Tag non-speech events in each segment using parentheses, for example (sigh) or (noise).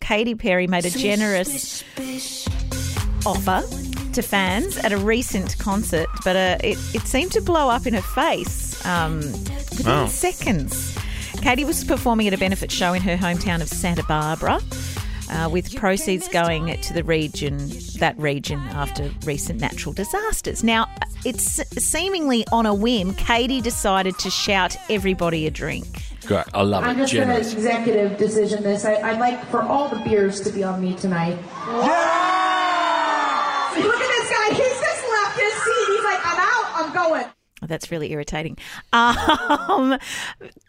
Katy Perry made a generous offer to fans at a recent concert, but uh, it, it seemed to blow up in her face um, within Oh. seconds. Katie was performing at a benefit show in her hometown of Santa Barbara. Uh, with proceeds going to the region, that region after recent natural disasters. Now, it's seemingly on a whim, Katie decided to shout everybody a drink. Great. I love it. I'm just going to Generous. executive decision this. I, I'd like for all the beers to be on me tonight. Look at this guy. He's just left his seat. He's like, I'm out. I'm going. Oh, That's really irritating. Um,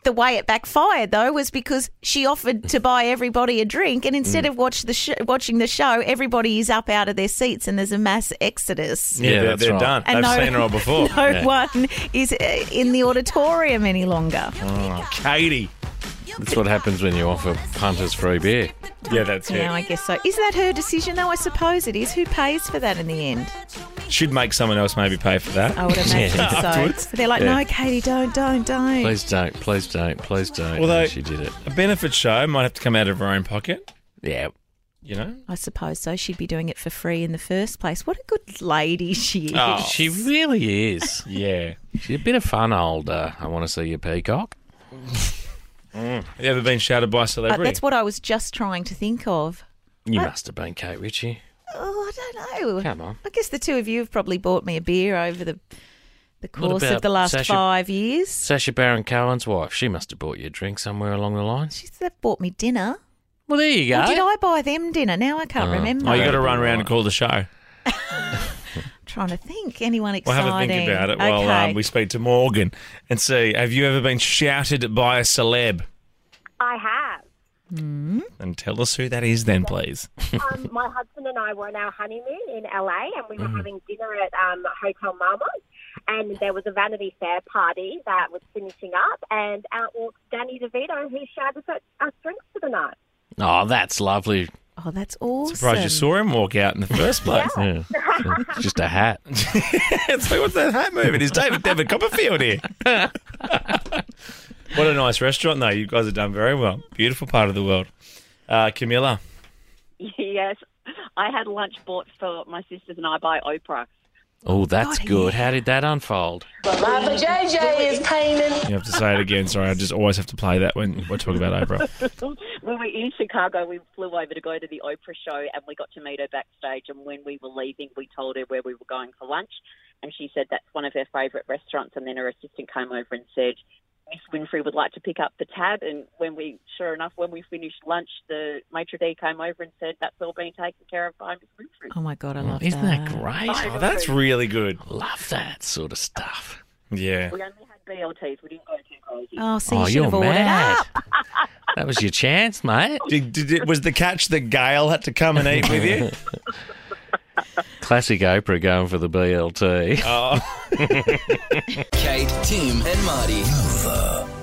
the way it backfired, though, was because she offered to buy everybody a drink, and Mm. instead of watch the sh- watching the show, everybody is up out of their seats, and there's a mass exodus. Yeah, they're, that's they're right. done. And They've seen her all before. (laughs) No Yeah. one is uh, in the auditorium any longer. Oh. Katie. That's what happens when you offer punters free beer. Yeah, that's Yeah, I it. guess so. Is that her decision, though? I suppose it is. Who pays for that in the end? Should make someone else maybe pay for that. I would imagine (laughs) Yeah. so. They're like, no, Katie, don't, don't, don't. Please don't. Please don't. Please don't. Although- And she did it. A benefit show might have to come out of her own pocket, Yeah. you know? I suppose so. She'd be doing it for free in the first place. What a good lady she is. Oh. She really is. Yeah. She's a bit of fun old. Uh, I want to see your peacock. Have you ever been shouted by a Uh, celebrity? that's what I was just trying to think of. You must have been Kate Ritchie. Oh, I don't know. Come on. I guess the two of you have probably bought me a beer over the the course of about the last Sasha- five years. Sasha Baron Cohen's wife. She must have bought you a drink somewhere along the lines. She's they've bought me dinner. Well, there you go. Or did I buy them dinner? Now I can't remember. Oh, you got to run around and call the show. trying to think. Anyone We'll exciting? have a think about it while okay. um, we speak to Morgan and see. Have you ever been shouted by a celeb? I have. And tell us who that is, then, please. Um, my husband and I were on our honeymoon in LA, and we were having dinner at um, Hotel Marmot. And there was a Vanity Fair party that was finishing up, and out walks Danny DeVito, who shouted us us drinks for the night. Oh, that's lovely. Oh, that's awesome. Surprised you saw him walk out in (laughs) the first place. Yeah. It's Just a hat. (laughs) it's like, what's that hat moving? It's David David Copperfield (laughs) here. what a nice restaurant, though. You guys have done very well. Beautiful part of the world. Uh, Camilla. (laughs) Yes, I had lunch bought for my sisters and I by Oprah. Oh, that's good. How did that unfold? You have to say it again. Sorry, I just always have to play that when we're talking about Oprah. When we were in Chicago, we flew over to go to the Oprah show and we got to meet her backstage. And when we were leaving, we told her where we were going for lunch. And she said that's one of her favourite restaurants. And then her assistant came over and said, Miss Winfrey would like to pick up the tab. And when we, sure enough, when we finished lunch, the maitre d' came over and said, that's all being taken care of by Miss Winfrey. Oh my Mm, god, I love Isn't that great? Oh, that's really good. Love that sort of stuff. Yeah. We only had BLTs. We didn't go too crazy. Oh, see, oh, you should you're have ordered mad. up. that was your chance, mate. Did, did it, was the catch that Gail had to come and eat with you? Classic Oprah going for the BLT. Oh. Kate, Tim, and Marty. Nova.